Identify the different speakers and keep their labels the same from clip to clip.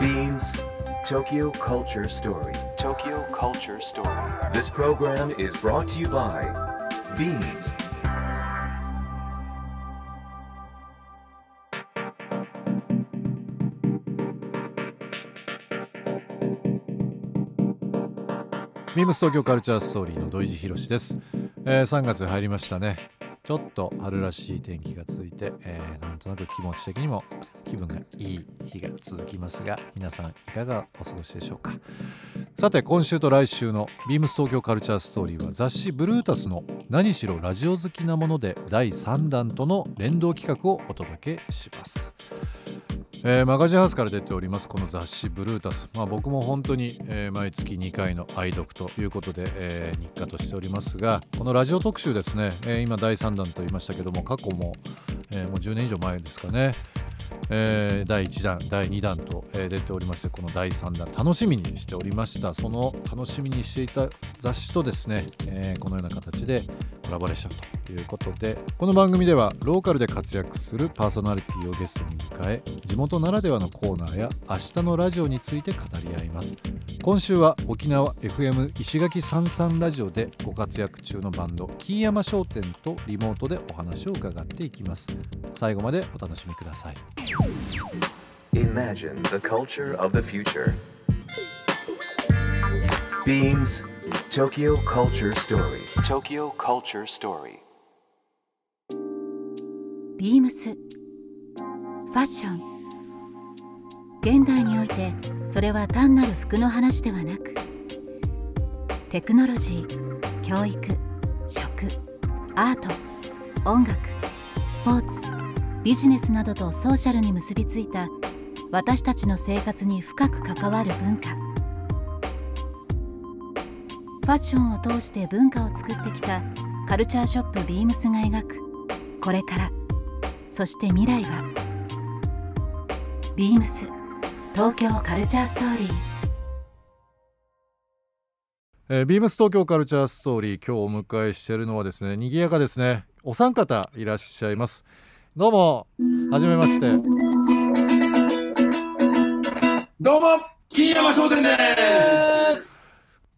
Speaker 1: Beams Tokyo Culture Story. Tokyo Culture Story. This program is brought to you by Beams.
Speaker 2: ビームス東京カルチャーストーリーの土井地博です、えー3月入りましたねちょっと春らしい天気が続いて、えーなんとなく気持ち的にも気分がいい日が続きますが皆さんいかがお過ごしでしょうかさて今週と来週のビームス東京カルチャーストーリーは雑誌ブルータスの何しろラジオ好きなもので第3弾との連動企画をお届けしますえーマガジンハウスから出ておりますこの雑誌「ブルータス」まあ、僕も本当に、えー毎月2回の愛読ということで、えー日課としておりますがこのラジオ特集ですね、えー今第3弾と言いましたけども過去も、えーもう10年以上前ですかね、えー第1弾第2弾と、えー出ておりましてこの第3弾楽しみにしておりましたその楽しみにしていた雑誌とですね、えーこのような形でコラボレーションということでこの番組ではローカルで活躍するパーソナリティをゲストに迎え地元ならではのコーナーや明日のラジオについて語り合います今週は沖縄 FM 石垣三三ラジオでご活躍中のバンドキーヤマ商店とリモートでお話を伺っていきます最後までお楽しみください
Speaker 1: Imagine the culture of the future. Beams Tokyo Culture Story. Tokyo Culture Story.
Speaker 3: ビームスファッション現代においてそれは単なる服の話ではなくテクノロジー教育食アート音楽スポーツビジネスなどとソーシャルに結びついた私たちの生活に深く関わる文化ファッションを通して文化を作ってきたカルチャーショップビームスが描くこれからそして未来はビームス東京カルチャーストーリー
Speaker 2: えービームス東京カルチャーストーリー今日お迎えしているのはですね賑やかですねお三方いらっしゃいますどうもはじめまして
Speaker 4: どうも、金山商店です。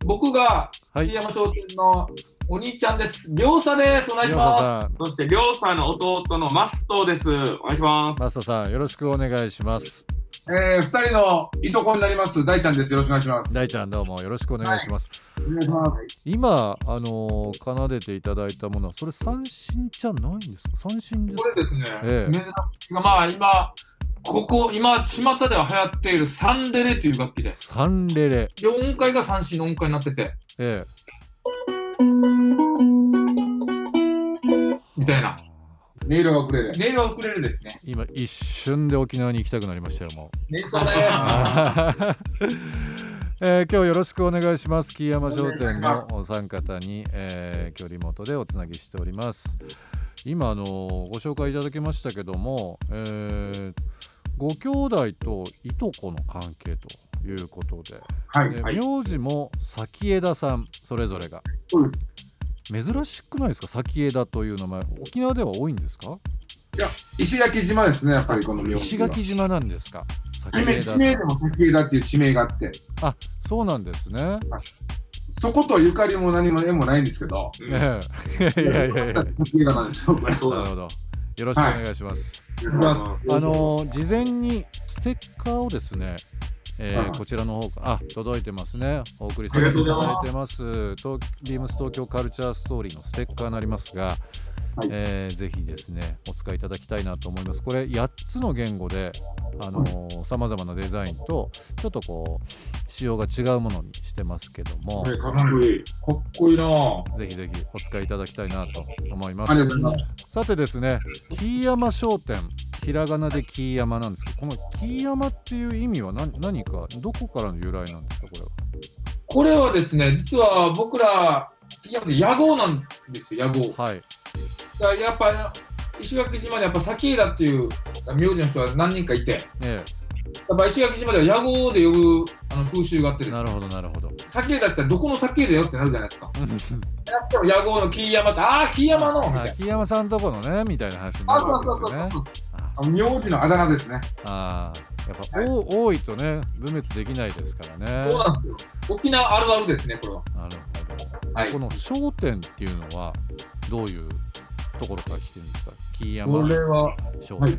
Speaker 4: 僕が
Speaker 2: はい
Speaker 4: 金山商店のお兄ちゃんです。りょうさです。お願いし
Speaker 2: りょうさ
Speaker 4: ま
Speaker 2: ん
Speaker 4: す。そしてりょうさんの弟のマストです。お願いします。
Speaker 2: マストさんよろしくお願いします
Speaker 5: えー、二人のいとこになります大ちゃんです。よろしくお願いします。
Speaker 2: 大ちゃんどうもよろしくお願いします、
Speaker 4: お願いします。
Speaker 2: 今あのー奏でていただいたものはそれ三振じゃないんですか三振です
Speaker 4: こ
Speaker 2: か
Speaker 4: れですね、
Speaker 2: ええ
Speaker 4: 珍しいがまあ今ここ今巷では流行っているサンデレという楽器で
Speaker 2: サンレレ
Speaker 4: で音階が三振の音階になってて
Speaker 2: え
Speaker 4: みたい
Speaker 2: え
Speaker 4: な
Speaker 5: 音色がウクレレ。
Speaker 4: 音色はウクレレですね。
Speaker 2: 今一瞬で沖縄に行きたくなりましたよもう
Speaker 4: 音色です。
Speaker 2: えー今日よろしくお願いします。木山商店のお三方に、えー、今日リモートでおつなぎしております。今あのご紹介いただきましたけども、えーご兄弟といとこの関係ということで、
Speaker 5: はい。
Speaker 2: で
Speaker 4: はい
Speaker 2: 名字も先枝さんそれぞれが
Speaker 5: そう
Speaker 2: 珍しくないですか先枝という名前沖縄では多いんですか
Speaker 5: 石垣島ですね、やっぱりこの名字は
Speaker 2: 石垣島なんですか先
Speaker 5: 地名地
Speaker 2: 枝さ
Speaker 5: 名で
Speaker 2: ん
Speaker 5: も先枝っていう地名があって、
Speaker 2: あそうなんですね、
Speaker 5: そことゆかりも何も縁もないんですけど、
Speaker 4: うん
Speaker 2: ええいやいやいや
Speaker 5: 先枝なんですよ、これ。
Speaker 4: そう
Speaker 2: なる
Speaker 4: だ
Speaker 2: ほど。よろしくお願いします。あのー事前にステッカーをですね、えー
Speaker 5: はい
Speaker 2: こちらの方からあ届いてますね。お送りさせていただいてます。東ビームス東京カルチャーストーリーのステッカーになりますが、
Speaker 5: はい
Speaker 2: えーぜひですねお使いいただきたいなと思います。これ8つの言語で。あのさまざまなデザインとちょっとこう仕様が違うものにしてますけども、
Speaker 4: かっこいい。かっこいいなぁ。
Speaker 2: ぜひぜひお使いいただきたいなと思いま
Speaker 5: あり
Speaker 2: す
Speaker 5: がとうございます。
Speaker 2: さてですね、キーヤマ商店、ひらがなでキーヤマなんですけど、このキーヤマっていう意味は何何か、どこからの由来なんですか、これは。
Speaker 4: これはですね、実は僕ら、野号なんですよ、野号。
Speaker 2: はい、
Speaker 4: だからやっぱ石垣島でやっぱ先枝っていう名字の人は何人かいて、
Speaker 2: え
Speaker 4: やっぱ石垣島では野号で呼ぶあの風習があってですね
Speaker 2: なるほどなるほど
Speaker 4: 酒だってさどこの酒だよってなるじゃないですか。やっぱ野号の木山って、ああ、木山のみたいな。
Speaker 2: 秋山さんとこのねみたいな話にな
Speaker 4: あ
Speaker 2: る
Speaker 4: そうそう
Speaker 2: わ
Speaker 4: そ
Speaker 2: けで
Speaker 4: う
Speaker 2: すよね
Speaker 4: そう。
Speaker 2: あ
Speaker 5: あの名字のあだ名ですね。
Speaker 2: あーやっぱ、お多いとね分別できないですからね
Speaker 4: そうなんですよ。沖縄あるあるですね、これは。
Speaker 2: なるほど
Speaker 4: はい
Speaker 2: こ。の商店っていうのはどういうところから来てるんですか木
Speaker 4: こ
Speaker 2: 山
Speaker 4: れは、
Speaker 2: 商店、
Speaker 4: はい。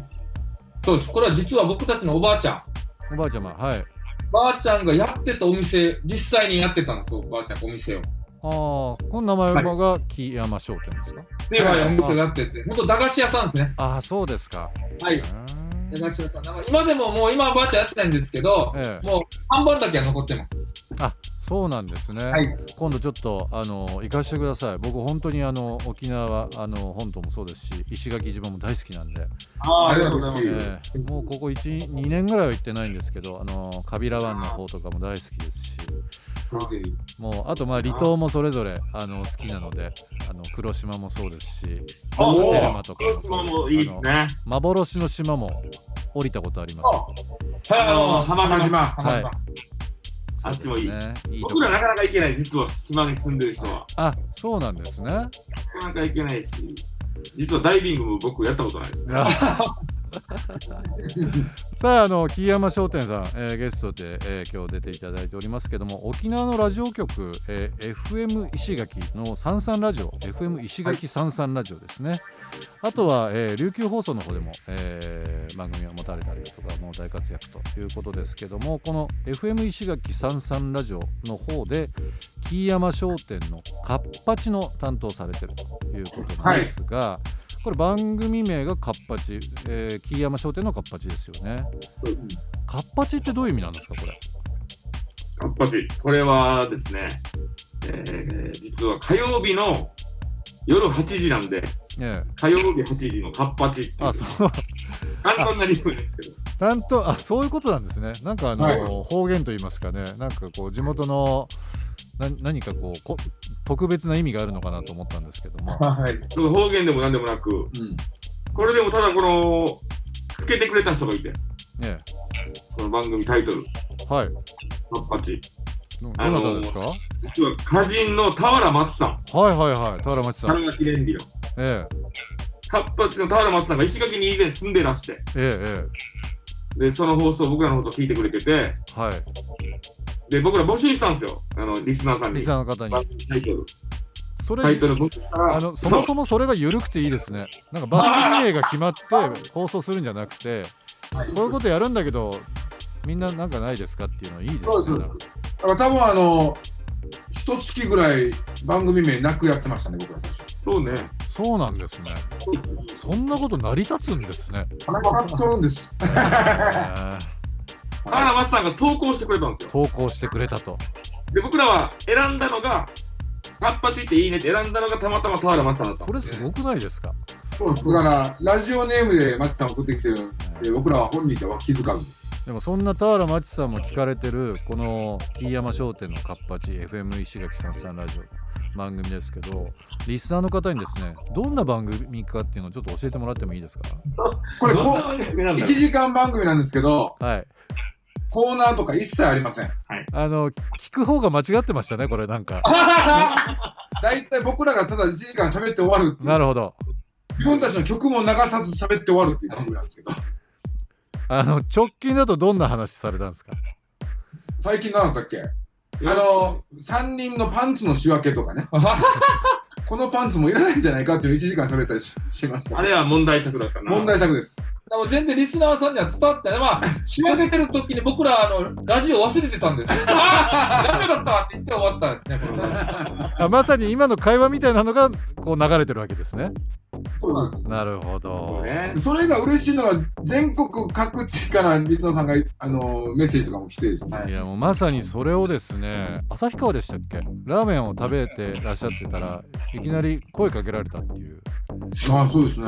Speaker 4: そうです。これは実は僕たちのおばあちゃん。
Speaker 2: おばあちゃまはい
Speaker 4: ばあちゃんがやってたお店、実際にやってたんですよ、ばあちゃんがお店を。
Speaker 2: ああこの名前馬が木山商店ですか、
Speaker 4: で、はい、お店をやってて、本当駄菓子屋さんですね。
Speaker 2: ああそうですか
Speaker 4: は
Speaker 2: う
Speaker 4: い。
Speaker 2: ーん
Speaker 4: 駄菓子屋さん。なんか今でももう今はばあちゃんやってないんですけど、
Speaker 2: ええ
Speaker 4: もう看板だけは残ってます。
Speaker 2: あそうなんですね、
Speaker 4: はい
Speaker 2: 今度ちょっとあの行かしてください僕本当にあの沖縄あの本島もそうですし石垣島も大好きなんで、
Speaker 4: ああ
Speaker 5: ありがとうございます
Speaker 2: ええもうここ12年ぐらいは行ってないんですけどあのカビラ湾の方とかも大好きですしもうあとまあ離島もそれぞれあの好きなのであの黒島もそうですし
Speaker 6: あ
Speaker 2: テ
Speaker 6: お
Speaker 2: ル
Speaker 6: ー
Speaker 2: マとかもそう
Speaker 6: もい
Speaker 2: です
Speaker 6: いです
Speaker 2: あの
Speaker 6: ね。
Speaker 2: 幻の島も降りたことありますよ
Speaker 4: はい、あの、
Speaker 6: 浜
Speaker 5: 浜
Speaker 6: 田
Speaker 5: 島。
Speaker 4: 浜田さん
Speaker 2: は
Speaker 6: あっちもいい
Speaker 2: そうですねいいとこ
Speaker 6: 僕らなかなか行けない、実は島に住んでる人は。
Speaker 2: あそうなんですね
Speaker 6: なかなか行けないし、実はダイビングも僕やったことないです。
Speaker 2: さああの木山商店さん、えーゲストで、えー今日出ていただいておりますけども沖縄のラジオ局、えー FM 石垣の三三ラジオ FM 石垣三三ラジオですね、あとは、えー琉球放送の方でも、えー番組を持たれたりとかもう大活躍ということですけどもこの FM 石垣三三ラジオの方で木山商店のカッパチの担当されてるということなんですが、これ番組名がカッパチ、えー、木山商店のカッパチですよね。カッパチってどういう意味なんですかこれ。
Speaker 6: やっぱし、これはですね、えー実は火曜日の夜8時なんで、
Speaker 2: ええ、
Speaker 6: 火曜日8時のカッパチっていう
Speaker 2: あそう
Speaker 6: 簡単な理由なんですけど、
Speaker 2: 担当あそういうことなんですね。なんかあの、
Speaker 4: はい
Speaker 2: 方言と言いますかね。なんかこう地元のな何かこうこ特別な意味があるのかなと思ったんですけども。
Speaker 4: はい。
Speaker 6: ちょっと方言でも何でもなく、
Speaker 4: うん
Speaker 6: これでもただこの、つけてくれた人がいて、
Speaker 2: え
Speaker 6: この番組タイトル、
Speaker 2: え、はい。ど
Speaker 6: カッパチ。
Speaker 2: ど
Speaker 6: あの
Speaker 2: なたですか。はい
Speaker 6: 実は歌人の田原松さん、
Speaker 2: はいはい。田原町さ
Speaker 6: 田
Speaker 2: ん。
Speaker 6: 原記念日の。
Speaker 2: ええ
Speaker 6: カッパチの田原松さんが石垣に以前住んでらして、
Speaker 2: えええ
Speaker 6: で、その放送、僕らの放送聞いてくれてて、
Speaker 2: えは
Speaker 6: で、僕ら募集したんですよ、あの、リスナーさん
Speaker 2: い。
Speaker 6: に
Speaker 2: リス。ナーの方
Speaker 6: 番
Speaker 2: に。
Speaker 6: 組タイトル。
Speaker 2: それ
Speaker 6: タイトル僕したら、
Speaker 2: あのそもそもそれが緩くていいですね。なんか番組名が決まって放送するんじゃなくて、こういうことやるんだけど、みんななんかないですかっていうのいいです
Speaker 5: そう
Speaker 2: ね。
Speaker 5: そう
Speaker 2: なんか
Speaker 5: だから多分あの、一月ぐらい番組名なくやってましたね、僕ら最初。
Speaker 6: そうね。
Speaker 2: そうなんですね。そんなこと成り立つんですね。
Speaker 5: 分かっとるんです。
Speaker 2: えー
Speaker 6: 田原松さんが投稿してくれたんですよ。
Speaker 2: 投稿してくれたと。
Speaker 6: で、僕らは選んだのが、カッパチっていいねって選んだのがたまたま田原松さんだったん
Speaker 2: これ
Speaker 6: です
Speaker 2: す
Speaker 6: ね。
Speaker 2: ごくないですか
Speaker 5: だから、ラジオネームでマッチさん送ってきてるんで、僕らは本人では気づかず。
Speaker 2: でもそんな田原町さんも聞かれてるこの木山商店のカッパチ FM 石垣さんさんラジオの番組ですけどリスナーの方にですねどんな番組かっていうのをちょっと教えてもらってもいいですか
Speaker 5: これ
Speaker 6: どん
Speaker 5: こ
Speaker 6: な番組なん
Speaker 5: う、
Speaker 6: だ
Speaker 5: 1
Speaker 6: ろう
Speaker 5: 時間番組なんですけど、
Speaker 2: はい
Speaker 5: コーナーとか一切ありません。
Speaker 2: あの聞く方が間違ってましたねこれなんか
Speaker 5: 大体僕らがただ1時間喋って終わるっていう
Speaker 2: なるほど
Speaker 5: 自分たちの曲も流さず喋って終わるっていう番組なんですけど、
Speaker 2: あの直近だとどんな話されたんですか
Speaker 5: 最近何だったっけあの、3人のパンツの仕分けとか ね。このパンツもいらないんじゃないかっていう1時間喋ったりししました
Speaker 6: あ。れは問題作だったな。
Speaker 5: 問題作です。
Speaker 4: でも全然リスナーさんには伝わってない。まあ、仕上げてる時に僕ら、あの、ラジオ忘れてた んですよ。ラジオだったわって言って終わったんですね、これは。
Speaker 2: あまさに今の会話みたいなのがこう流れてるわけですね
Speaker 5: そうなんです。
Speaker 2: なるほど、
Speaker 6: ね。
Speaker 5: それが嬉しいのは、全国各地からリスナーさんが、あの、メッセージとかも来てですね。
Speaker 2: いやもうまさにそれをですね旭川でしたっけラーメンを食べてらっしゃってたらいきなり声かけられたっていう
Speaker 5: ああ、そうですね。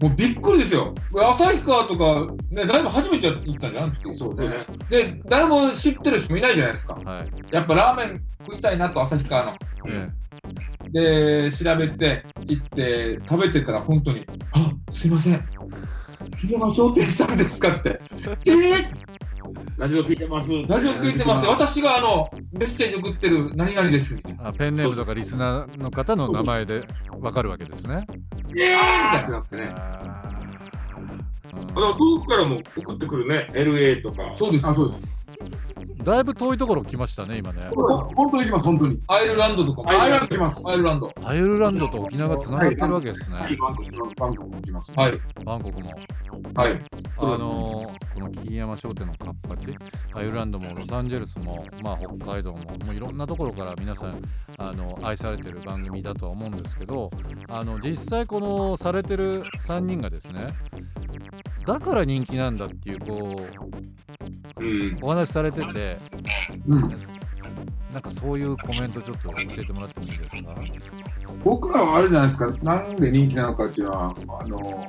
Speaker 4: もうびっくりですよ。旭川とか、ね、ライブ初めてやったんじゃない
Speaker 5: そう
Speaker 6: そう
Speaker 5: ね。
Speaker 6: ね。
Speaker 4: で、誰も知ってる人もいないじゃないですか。
Speaker 2: はい、
Speaker 4: やっぱラーメン食いたいなと、旭川の。
Speaker 2: え
Speaker 4: で、調べて、行って、食べてたら、本当に、あすいません、ひげま商店さんですかって、えー、
Speaker 6: ラジオ聞いてます。
Speaker 4: ラジオ聞いてます。私があの、メッセージ送ってる何々です。みたいな。
Speaker 2: あペンネームとかリスナーの方の名前でわかるわけですね。
Speaker 4: え
Speaker 6: ってなってね。
Speaker 2: あ
Speaker 6: あでも遠くからも送ってくるね。LA とか。
Speaker 4: そうです。
Speaker 5: あ、そうです。
Speaker 2: ーだいぶ遠いところ来ましたね、今ね。
Speaker 5: ほ本当に行きます、本当に。
Speaker 4: アイルランドとかも。
Speaker 5: アイルランド行
Speaker 4: ア
Speaker 5: きます。
Speaker 4: イルランド。
Speaker 2: アイルランドと沖縄がつながってるわけです
Speaker 5: は
Speaker 2: ね
Speaker 5: い、。バンコク、バンコク行きます。
Speaker 4: はい。
Speaker 2: バンコクも。
Speaker 4: はい。
Speaker 2: あのーこの金山商店のカッパチ、アイルランドもロサンゼルスも、まあ、北海道も、もういろんなところから皆さんあの愛されてる番組だとは思うんですけど、あの実際このされてる3人がですね、だから人気なんだっていうこう
Speaker 6: うん。
Speaker 2: お話しされてて、
Speaker 5: うん
Speaker 2: なんかそういうコメントちょっと教えてもらってもいいですか
Speaker 5: 僕らはあれじゃないですか、なんで人気なのかっていうのは、あの、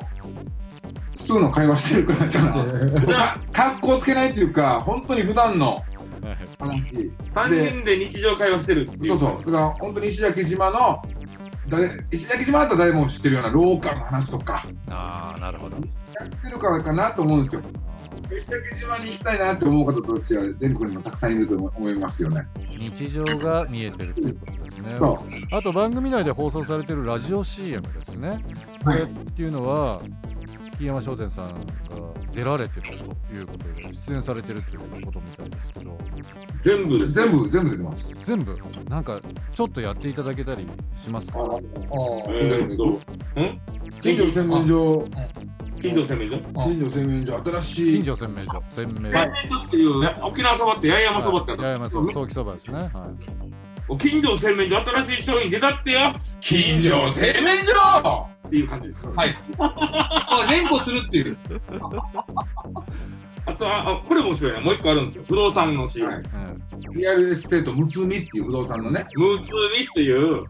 Speaker 5: 普通の会話してるからじゃない格好つけないっていうか、本当に普段の話。
Speaker 6: 3人で日常会話してるってい。
Speaker 5: そううそう、だから本当に石垣島の、誰石垣島だったら誰も知ってるようなローカルの話とか、
Speaker 2: ああ、なるほど。
Speaker 5: やってるからかなと思うんですよ。石垣島に行きたいなって思う方たちは全国にもたくさんいると思いますよね。
Speaker 2: 日常が見えてるということですね
Speaker 5: そ。
Speaker 2: あと番組内で放送されてるラジオ CM ですね。これっていうのは、木山商店さんが出られてるということで、出演されてるということみたいですけど、
Speaker 6: 全部です。
Speaker 5: 全部、全部出てます。
Speaker 2: 全部、なんかちょっとやっていただけたりしますか
Speaker 6: え
Speaker 4: あ
Speaker 6: ーっと、ん
Speaker 5: 近所洗面所、
Speaker 6: 近所洗面所
Speaker 4: あ
Speaker 5: 近所洗面所、新しい。
Speaker 2: 近所洗面所、洗面
Speaker 6: 八
Speaker 2: 所。
Speaker 6: 重洲っていうね、沖縄そばって八重山そばってある
Speaker 2: 八重山そば、早期そばですね。は
Speaker 6: 近所洗面所新しい商品出たってよ
Speaker 4: 近所製麺所
Speaker 6: っていう感じです。
Speaker 4: はい。あ、連呼するっていう。
Speaker 6: あとああこれ面白いなもう一個あるんですよ不動産の CM、
Speaker 5: はい
Speaker 2: いうん
Speaker 5: リアルエステート、ムツミっていう不動産のね、
Speaker 6: ムツミという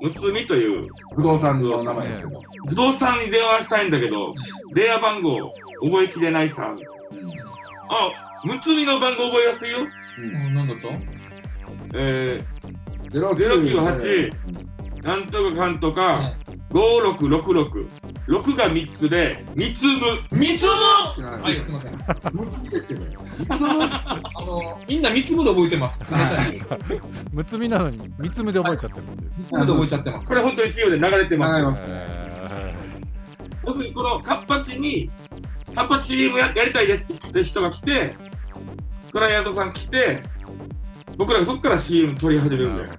Speaker 6: ムツミという
Speaker 5: 不動産の名前ですけど、
Speaker 6: 不動産に電話したいんだけど電話番号覚えきれないさあムツミの番号覚えやすいよ
Speaker 4: うん、なんだった
Speaker 6: え
Speaker 5: ゼロ
Speaker 6: ー、098なんとかかんとか、5666 6が3つで三つむ
Speaker 4: 三つむは、
Speaker 5: はい
Speaker 4: すいません。あ
Speaker 5: ムツミですよね。
Speaker 4: の、みんな三つむで覚えてます。すいません
Speaker 2: むつみなのに、三つみで覚えちゃってるっていう。
Speaker 4: 三つむで覚えちゃってます。
Speaker 6: これ本当に c 用で流れてます
Speaker 5: はい
Speaker 2: え
Speaker 6: 要するにこのカッパチにカッパチ CM ややりたいですって人が来てクライアントさん来て僕らがそこから CM 取り始めるんだよ
Speaker 2: ー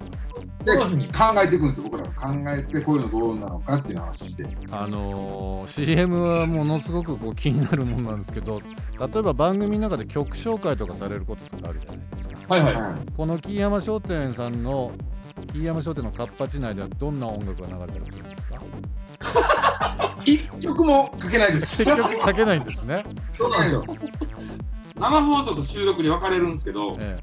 Speaker 5: で
Speaker 4: どういうふうに
Speaker 5: 考えていくんですよ、僕らは。考えて、こういうのどうなのかっていう話して。
Speaker 2: あのー CM はものすごくこう気になるものなんですけど例えば番組の中で曲紹介とかされることとかあるじゃないですか
Speaker 4: はいはい。
Speaker 5: はい
Speaker 2: この木山商店さんの木山商店のカッパチ内ではどんな音楽が流れたりするん ですか
Speaker 5: 一曲もかけないです。
Speaker 2: 結局かけないんですね、
Speaker 5: そうなんですよ。
Speaker 6: 生放送と収録に分かれるんですけど
Speaker 2: え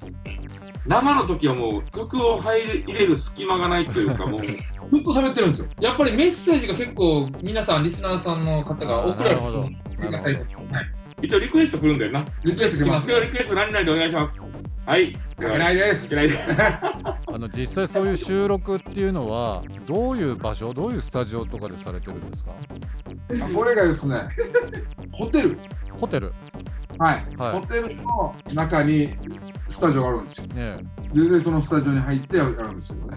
Speaker 6: 生の時はもう曲を入れ入れる隙間がないというかもう
Speaker 5: ずっと喋ってるんですよ。
Speaker 4: やっぱりメッセージが結構、皆さん、リスナーさんの方
Speaker 2: え、
Speaker 4: が
Speaker 2: あー
Speaker 4: 送
Speaker 2: な
Speaker 4: られ
Speaker 2: る
Speaker 4: て
Speaker 2: ほど
Speaker 4: くだ
Speaker 2: な
Speaker 4: さい
Speaker 2: るほど
Speaker 6: 一応リクエスト来るんだよな
Speaker 5: リクエスト来ま
Speaker 6: 今
Speaker 5: す。
Speaker 6: 日リクエスト何々でお願いしますはい
Speaker 5: かけないです。
Speaker 6: 嫌いです
Speaker 2: あの実際そういう収録っていうのはどういう場所どういうスタジオとかでされてるんですか
Speaker 5: あこれがですね、ホテル。
Speaker 2: ホテル
Speaker 5: はい。
Speaker 2: はい
Speaker 5: ホテルの中にスタジオがあるんですよ。
Speaker 2: ねえ
Speaker 5: で、でそのスタジオに入ってやるんですよね。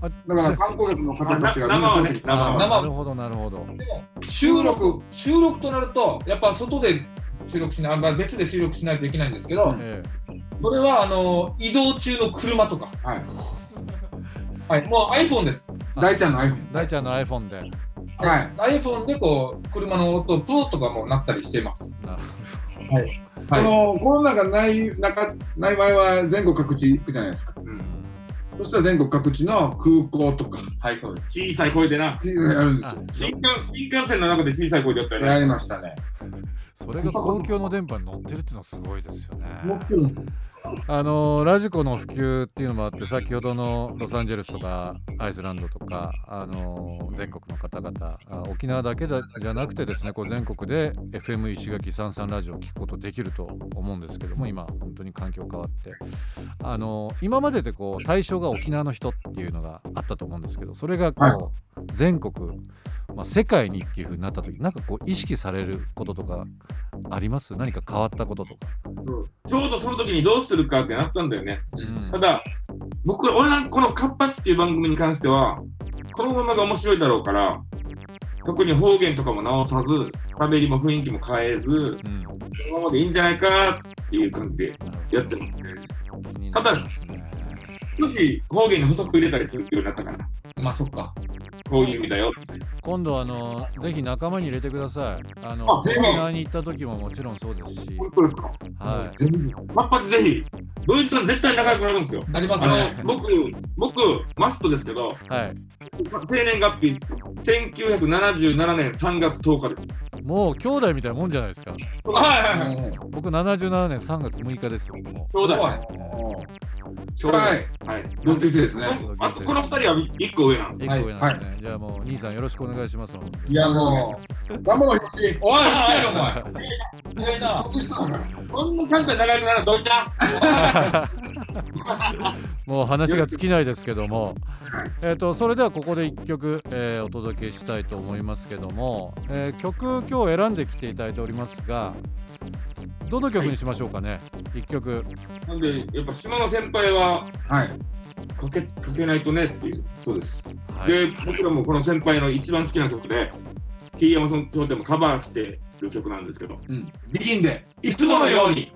Speaker 2: あ
Speaker 5: だから観光客の方たちが
Speaker 6: あな生はね生
Speaker 2: あー
Speaker 6: は
Speaker 4: 生
Speaker 2: なるほどなるほど
Speaker 4: 収録、収録となると、やっぱ外で収録しない、あまあ別で収録しないといけないんですけど、
Speaker 2: え
Speaker 4: それは、あの、移動中の車とか、
Speaker 5: はい。
Speaker 4: はい、もう iPhone です。
Speaker 5: 大ちゃんの iPhone。
Speaker 2: え大ちゃんの iPhone で
Speaker 5: はい
Speaker 4: iPhone でこう、車の音、プロとかもなったりしています。
Speaker 2: な
Speaker 4: はい
Speaker 5: あのコロナがないなかない場合は全国各地行くじゃないですか。そしたら全国各地の空港とか
Speaker 4: はい、そうです。
Speaker 6: 小さい声でな
Speaker 5: やるんですよ。
Speaker 6: 新幹新幹線の中で小さい声でやったよ
Speaker 5: や
Speaker 6: ね
Speaker 5: りましたね。
Speaker 2: それが公共の電波に乗ってるっていうのはすごいですよね。
Speaker 5: てる
Speaker 2: あのラジコの普及っていうのもあって先ほどのロサンゼルスとかアイスランドとかあの全国の方々あ沖縄だけだじゃなくてですねこう全国で FM 石垣三三ラジオを聞くことできると思うんですけども今本当に環境変わってあの今まででこう対象が沖縄の人っていうのがあったと思うんですけどそれがこう全国、まあ、世界にっていうふうになった時なんかこう意識されることとかあります何か変わったこととか。
Speaker 6: ちょうどその時にどうするかってなったんだよね。
Speaker 2: うん
Speaker 6: ただ、僕、俺らこのカッパチっていう番組に関しては、このままが面白いだろうから、特に方言とかも直さず、喋りも雰囲気も変えず、こ
Speaker 2: うん
Speaker 6: のままでいいんじゃないかっていう感じでやってます。
Speaker 2: 気になりますね
Speaker 6: 少し方言に補足入れたりするようになったかな。
Speaker 4: まあそっか。
Speaker 6: こういう意味だよ。
Speaker 2: 今度あのぜひ仲間に入れてくださいあの
Speaker 6: あぜ
Speaker 2: 沖
Speaker 6: ひ
Speaker 2: 縄に行った時ももちろんそうですし、
Speaker 6: 本当ですか
Speaker 2: は
Speaker 6: 全部カッパチぜひ、ドイツさん絶対仲良くなるんですよ。
Speaker 4: なります
Speaker 6: あ
Speaker 4: ね。
Speaker 6: の僕、僕、マストですけど、
Speaker 2: い、はい、
Speaker 6: 生年月日、1977年3月10日です。
Speaker 2: もう兄弟みたいなもんじゃないですか
Speaker 6: はいはいはい。
Speaker 5: うん
Speaker 2: 僕77年3月6日ですよも
Speaker 6: そうだ
Speaker 4: は
Speaker 6: よ。
Speaker 4: い
Speaker 5: ちょうどはい。
Speaker 6: はい。
Speaker 5: 同級生ですね。
Speaker 6: あとこの二人は一個上なんです
Speaker 2: う。一個上なんでね、じゃあもう兄さんよろしくお願いします
Speaker 5: いやもう、頑張ろう、ひろし。
Speaker 6: おい、おい、お前。
Speaker 2: は
Speaker 4: 意外な。
Speaker 5: 得したから。
Speaker 6: こんな簡単に長くなるどいちゃん。
Speaker 2: いもう話が尽きないですけども、えー、とそれではここで1曲、えーお届けしたいと思いますけども、えー曲今日選んできていただいておりますがどの曲にしましょうかね、一1曲
Speaker 6: なんで、やっぱ島の先輩は
Speaker 5: はい。
Speaker 6: かけかけないとねっていう。
Speaker 5: そうです。
Speaker 2: はい
Speaker 6: で、僕らもこの先輩の一番好きな曲で、T 山さんとでもカバーしてる曲なんですけど、
Speaker 5: うん。ビギンで。
Speaker 6: いつものように。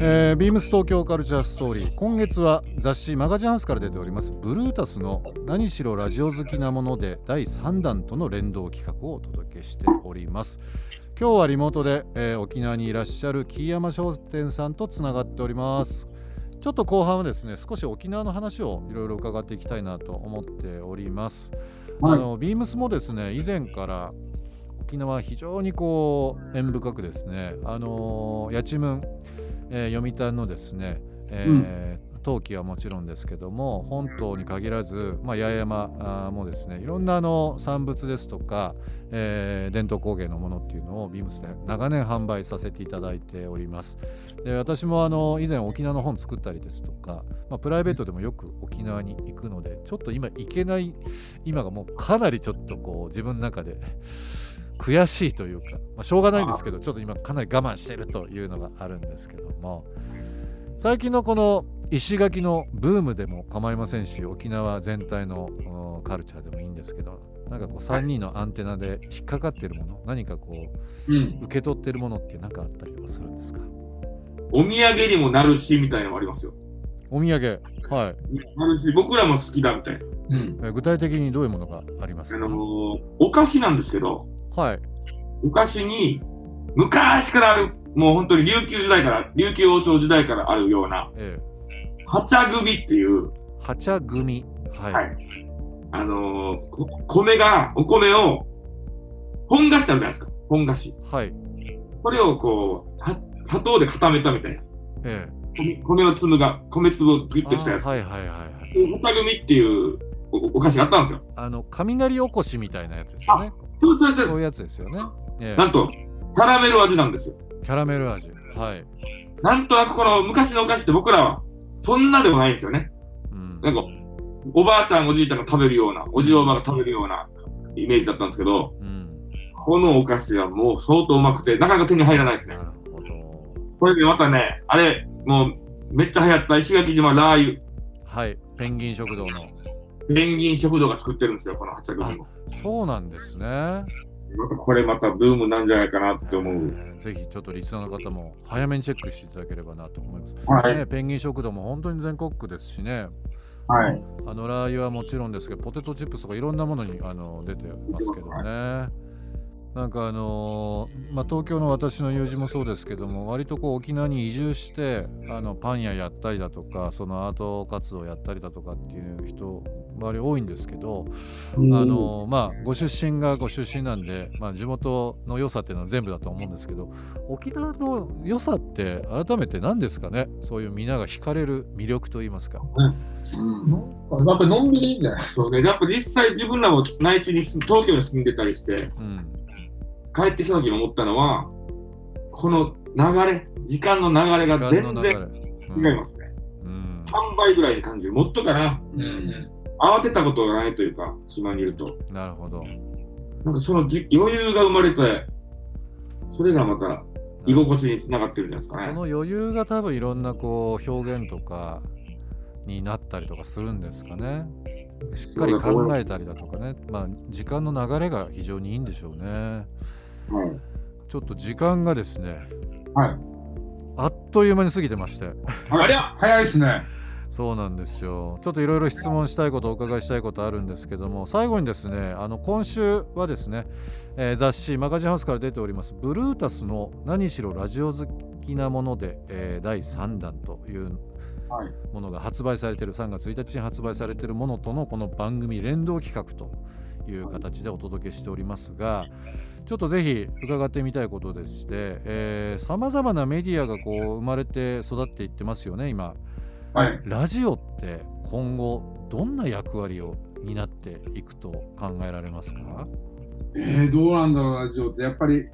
Speaker 2: えー、ビームス東京カルチャーストーリー今月は雑誌マガジンハウスから出ておりますブルータスの何しろラジオ好きなもので第3弾との連動企画をお届けしております今日はリモートで、えー沖縄にいらっしゃる木山商店さんとつながっておりますちょっと後半はですね少し沖縄の話をいろいろ伺っていきたいなと思っております、
Speaker 5: はい
Speaker 2: あのビームスもですね以前から沖縄は非常にこう縁深くですねあのーやちむんえー読谷のですね、えー陶器はもちろんですけども本島に限らず、まあ、八重山あーもですねいろんなあの産物ですとか、えー伝統工芸のものっていうのをビームスで長年販売させていただいておりますで私もあの以前沖縄の本作ったりですとか、まあ、プライベートでもよく沖縄に行くのでちょっと今行けない今がもうかなりちょっとこう自分の中で 悔しいというか、まあ、しょうがないんですけどちょっと今かなり我慢してるというのがあるんですけども最近のこの石垣のブームでも構いませんし沖縄全体のうんカルチャーでもいいんですけどなんかこう3人のアンテナで引っかかってるもの何かこう
Speaker 5: うん。
Speaker 2: 受け取ってるものって何かあったりはするんですか
Speaker 6: お土産にもなるし、みたいなのもありますよ。
Speaker 2: お土産はい
Speaker 6: なるし、僕らも好きだみたいな。
Speaker 5: うん。
Speaker 2: えー具体的にどういうものがあります
Speaker 6: あ
Speaker 2: か
Speaker 6: のお菓子なんですけど、
Speaker 2: はい
Speaker 6: お菓子に昔からある、もう本当に琉球時代から、琉球王朝時代からあるような、
Speaker 2: え
Speaker 6: はちゃ組っていう、
Speaker 2: ー、はちゃ組はい、
Speaker 6: はいあのーこ米が、お米を、本菓子ってあるじゃないですか、本菓子。
Speaker 2: はい
Speaker 6: これをこう、は砂糖で固めたみたいな。
Speaker 2: えー
Speaker 6: 米米の粒が、米粒をギュッとしたや
Speaker 2: あ
Speaker 6: つ。
Speaker 2: ー
Speaker 6: は
Speaker 2: はいはいはいはい
Speaker 6: ちゃ組っていうおお菓子があったんですよ。
Speaker 2: あの雷起こしみたいなやつですよね
Speaker 6: そうそうそ
Speaker 2: そ
Speaker 6: うそう
Speaker 2: いう
Speaker 6: う。
Speaker 2: やつですよね、え
Speaker 6: なんと、キャラメル味なんですよ。
Speaker 2: ーキャラメル味はい、
Speaker 6: なんとなくこの昔のお菓子って僕らは、そんなでもないんですよね。
Speaker 2: うん
Speaker 6: なんか、おばあちゃん、おじいちゃんが食べるような、おじいおばあが食べるようなイメージだったんですけど、
Speaker 2: うん、
Speaker 6: このお菓子はもう相当うまくて、なかなか手に入らないですね
Speaker 2: な。るほど
Speaker 6: これでまたね、あれ、もうめっちゃ流行った石垣島ラー油、
Speaker 2: はいペンギン食堂の
Speaker 6: ペンギン食堂が作ってるんですよ、この八着分も。
Speaker 2: そうなんですね、
Speaker 6: またこれまたブームなんじゃないかなって思
Speaker 2: え
Speaker 6: う。
Speaker 2: ーぜひちょっとリスナーの方も早めにチェックしていただければなと思います、
Speaker 5: はい。
Speaker 2: ね、ペンギン食堂も本当に全国区ですしね
Speaker 5: はい。
Speaker 2: あのラー油はもちろんですけどポテトチップスとかいろんなものにあの出てますけどね。なんかあのーまあ、東京の私の友人もそうですけども割とこう沖縄に移住してあのパン屋やったりだとかそのアート活動やったりだとかっていう人周り多いんですけどあのーまあご出身がご出身なんで、まあ、地元の良さっていうのは全部だと思うんですけど沖縄の良さって改めて何ですかねそういう皆が惹かれる魅力といいますか。
Speaker 5: うん。
Speaker 4: やっぱりのんびりいいんじゃない
Speaker 6: そうね、やっぱ実際自分らも内地に住ん東京に住んでたりして、
Speaker 2: うん
Speaker 6: 帰ってきた時に思ったのは、この流れ、時間の流れ
Speaker 2: 時間
Speaker 6: が全
Speaker 2: の流れ
Speaker 6: 然違いますね。
Speaker 2: うん
Speaker 6: 3倍ぐらいに感じる。もっとかな。
Speaker 5: うん。
Speaker 6: 慌てたことがないというか、島にいると。
Speaker 2: うんなるほど。
Speaker 6: なんかそのじ余裕が生まれて、それがまた居心地につながってるんじゃないですか
Speaker 2: そ
Speaker 6: ね。
Speaker 2: の余裕が多分いろんなこう表現とかになったりとかするんですかね。しっかり考えたりだとかね、まあ、時間の流れが非常にいいんでしょうね。
Speaker 6: はい
Speaker 2: ちょっと時間がですね、
Speaker 5: はい
Speaker 2: あっという間に過ぎてまして、
Speaker 5: あ
Speaker 4: あり
Speaker 5: れ
Speaker 4: ゃ
Speaker 5: 早いですね。
Speaker 2: そうなんですよ。ちょっといろいろ質問したいこと、お伺いしたいことあるんですけども、最後にですね、あの今週はですね、えー雑誌マガジンハウスから出ております、ブルータスの何しろラジオ好きなもので、えー第3弾という
Speaker 5: はい
Speaker 2: ものが発売されている、3月1日に発売されているものとのこの番組連動企画という形でお届けしておりますが、ちょっとぜひ伺ってみたいことでして、さまざまなメディアがこう生まれて育っていってますよね、今。
Speaker 5: はい。
Speaker 2: ラジオって今後どんな役割を担っていくと考えられますか
Speaker 5: えー、どうなんだろうラジオってやっぱり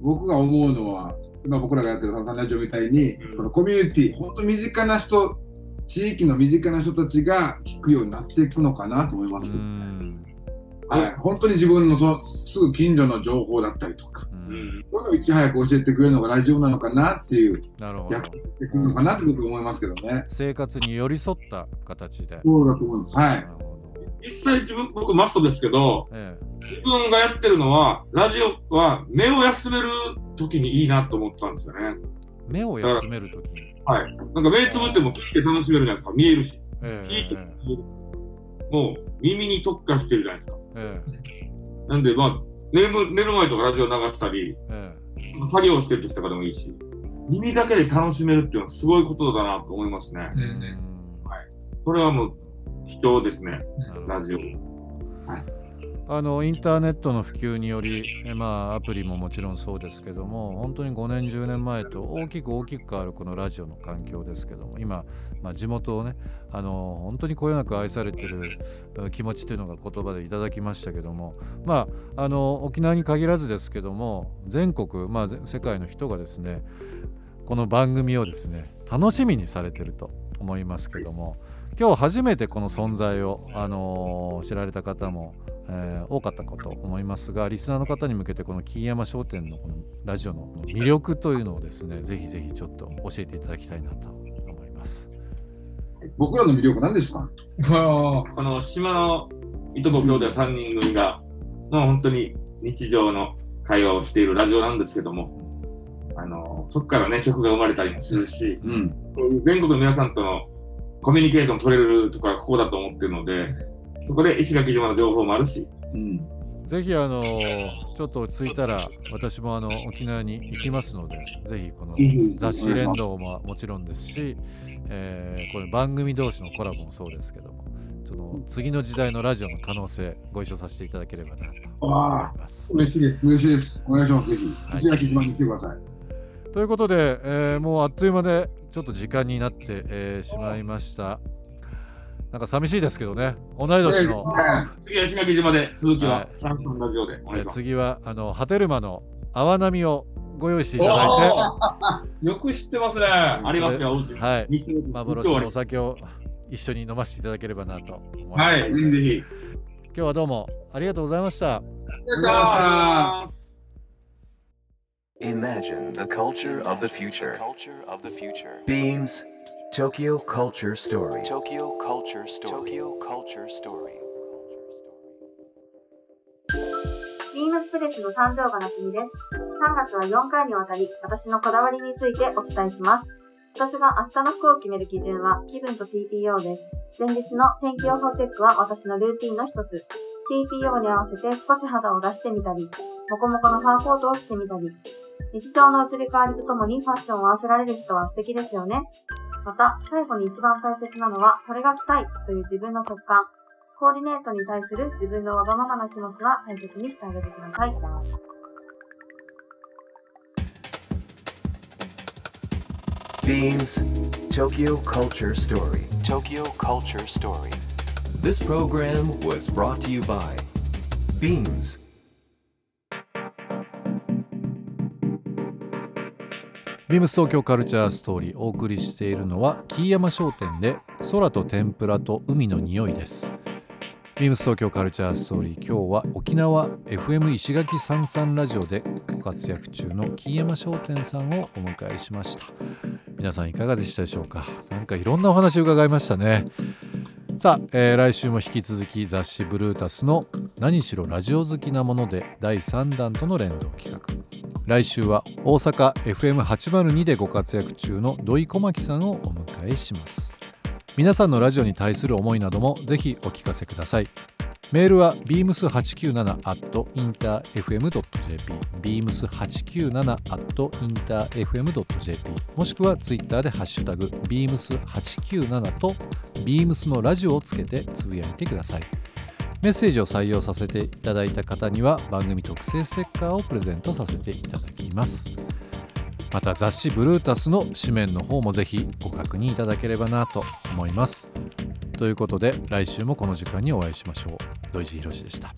Speaker 5: 僕が思うのは今僕らがやってるサンサンラジオみたいに、
Speaker 6: うん
Speaker 5: このコミュニティ本当身近な人地域の身近な人たちが聞くようになっていくのかなと思います、
Speaker 2: ん
Speaker 5: はい、本当に自分のそのすぐ近所の情報だったりとか
Speaker 2: う
Speaker 6: うんん
Speaker 5: そういうのをいち早く教えてくれるのがラジオなのかなっていう
Speaker 2: なるほど
Speaker 5: 役割してくるのかなって僕は思いますけどね
Speaker 2: 生活に寄り添った形で
Speaker 5: そうだと思いますは
Speaker 2: ないるほど
Speaker 6: 実際自分、僕マストですけど、
Speaker 2: え
Speaker 6: 自分がやってるのは、ラジオは目を休める時にいいなと思ったんですよね。
Speaker 2: え目を休めるときに
Speaker 6: はい。なんか目つぶっても聞いて楽しめるじゃないですか。見えるし。
Speaker 2: え
Speaker 6: 聞いて
Speaker 2: え
Speaker 6: もう耳に特化してるじゃないですか。
Speaker 2: ええ
Speaker 6: なんで、まあ、眠寝る前とかラジオ流したり、
Speaker 2: え
Speaker 6: 作業してる時とかでもいいし、耳だけで楽しめるっていうのはすごいことだなと思いますね
Speaker 2: え。
Speaker 4: うん
Speaker 2: うん
Speaker 6: それはもう、貴重ですね、
Speaker 2: なるほど
Speaker 6: ラジオ。
Speaker 2: あのインターネットの普及により、えまあ、アプリももちろんそうですけども本当に5年10年前と大きく大きく変わるこのラジオの環境ですけども今、まあ、地元をねあの本当にこよなく愛されてるえ気持ちというのが言葉でいただきましたけども、まあ、あの沖縄に限らずですけども全国、まあ、ぜ世界の人がですねこの番組をですね楽しみにされてると思いますけども今日初めてこの存在を、あの知られた方もえー多かったかと思いますがリスナーの方に向けてこの金山商店のこのラジオの魅力というのをですねぜひぜひちょっと教えていただきたいなと思います。
Speaker 5: 僕らの魅力何ですか
Speaker 4: あ
Speaker 6: この島のいとこ兄弟3人組が、もう本当に日常の会話をしているラジオなんですけども、あのそこからね、曲が生まれたりもするし、
Speaker 5: うん
Speaker 6: こういう全国の皆さんとのコミュニケーション取れるところはここだと思ってるので、そこで石垣島の情報もあるし、
Speaker 5: うん
Speaker 2: ぜひあのちょっと落ち着いたら私もあの沖縄に行きますのでぜひこの雑誌連動ももちろんですし、えーこれ番組同士のコラボもそうですけどもその次の時代のラジオの可能性ご一緒させていただければなと思います。
Speaker 5: 嬉しいです嬉しいですお願いしますぜひ
Speaker 2: い
Speaker 5: 石垣島に来てください
Speaker 2: ということで、えーもうあっという間でちょっと時間になって、えーしまいました。なんか寂しいですけどね、同い年の、
Speaker 5: はい
Speaker 6: 次は石垣島で、鈴木
Speaker 2: は
Speaker 6: はい三分ラジオでお
Speaker 2: え
Speaker 6: 願い
Speaker 2: ー
Speaker 6: します。
Speaker 2: 次はあの波照間の泡波をご用意していただ
Speaker 4: ーよく知ってますね。
Speaker 2: い
Speaker 6: ありますよ、おうち
Speaker 2: いて、。はい、
Speaker 6: 西尾
Speaker 2: 幻のお酒を一緒に飲ませていただければなと思い
Speaker 6: は
Speaker 2: ま
Speaker 6: い、
Speaker 2: す
Speaker 6: ぜ
Speaker 2: ので、
Speaker 6: ひぜひ。
Speaker 2: 今日はどうもありがとうございました。
Speaker 6: ありがとうございました。
Speaker 1: Imagine the culture of the future. Culture of the future. Beams Tokyo Culture Story. Tokyo Culture Story. Tokyo Culture Story.
Speaker 7: ビームスプレスの誕生花夏美です。3月は4回にわたり、私のこだわりについてお伝えします。私が明日の服を決める基準は、気分と TPO です。前日の天気予報チェックは私のルーティンの一つ。TPO に合わせて少し肌を出してみたり、モコモコのファーコートを着てみたり、日常の移り変わりとともにファッションを合わせられる人は素敵ですよね。また、最後に一番大切なのは、これが着たいという自分の直感。コーディネートに対する自分のわがままな気持ちは大切にしてあげてください。
Speaker 1: Beams Tokyo Culture Story. Tokyo Culture Story. This program was brought to you by Beams.
Speaker 2: ビームス東京カルチャーストーリーお送りしているのはキーヤマ商店で空と天ぷらと海の匂いですビームス東京カルチャーストーリー今日は沖縄 FM 石垣三三ラジオでご活躍中の金山商店さんをお迎えしました皆さんいかがでしたでしょうかなんかいろんなお話伺いましたねさあ、えー来週も引き続き雑誌ブルータスの何しろラジオ好きなもので第3弾との連動企画来週は大阪 FM802 でご活躍中の土井小牧さんをお迎えします皆さんのラジオに対する思いなどもぜひお聞かせくださいメールは beams897-interfm.jp beams897-interfm.jp もしくはツイッターでハッシュタグ beams897 と beams のラジオをつけてつぶやいてくださいメッセージを採用させていただいた方には番組特製ステッカーをプレゼントさせていただきますまた雑誌ブルータスの紙面の方もぜひご確認いただければなと思いますということで来週もこの時間にお会いしましょう土井地博でした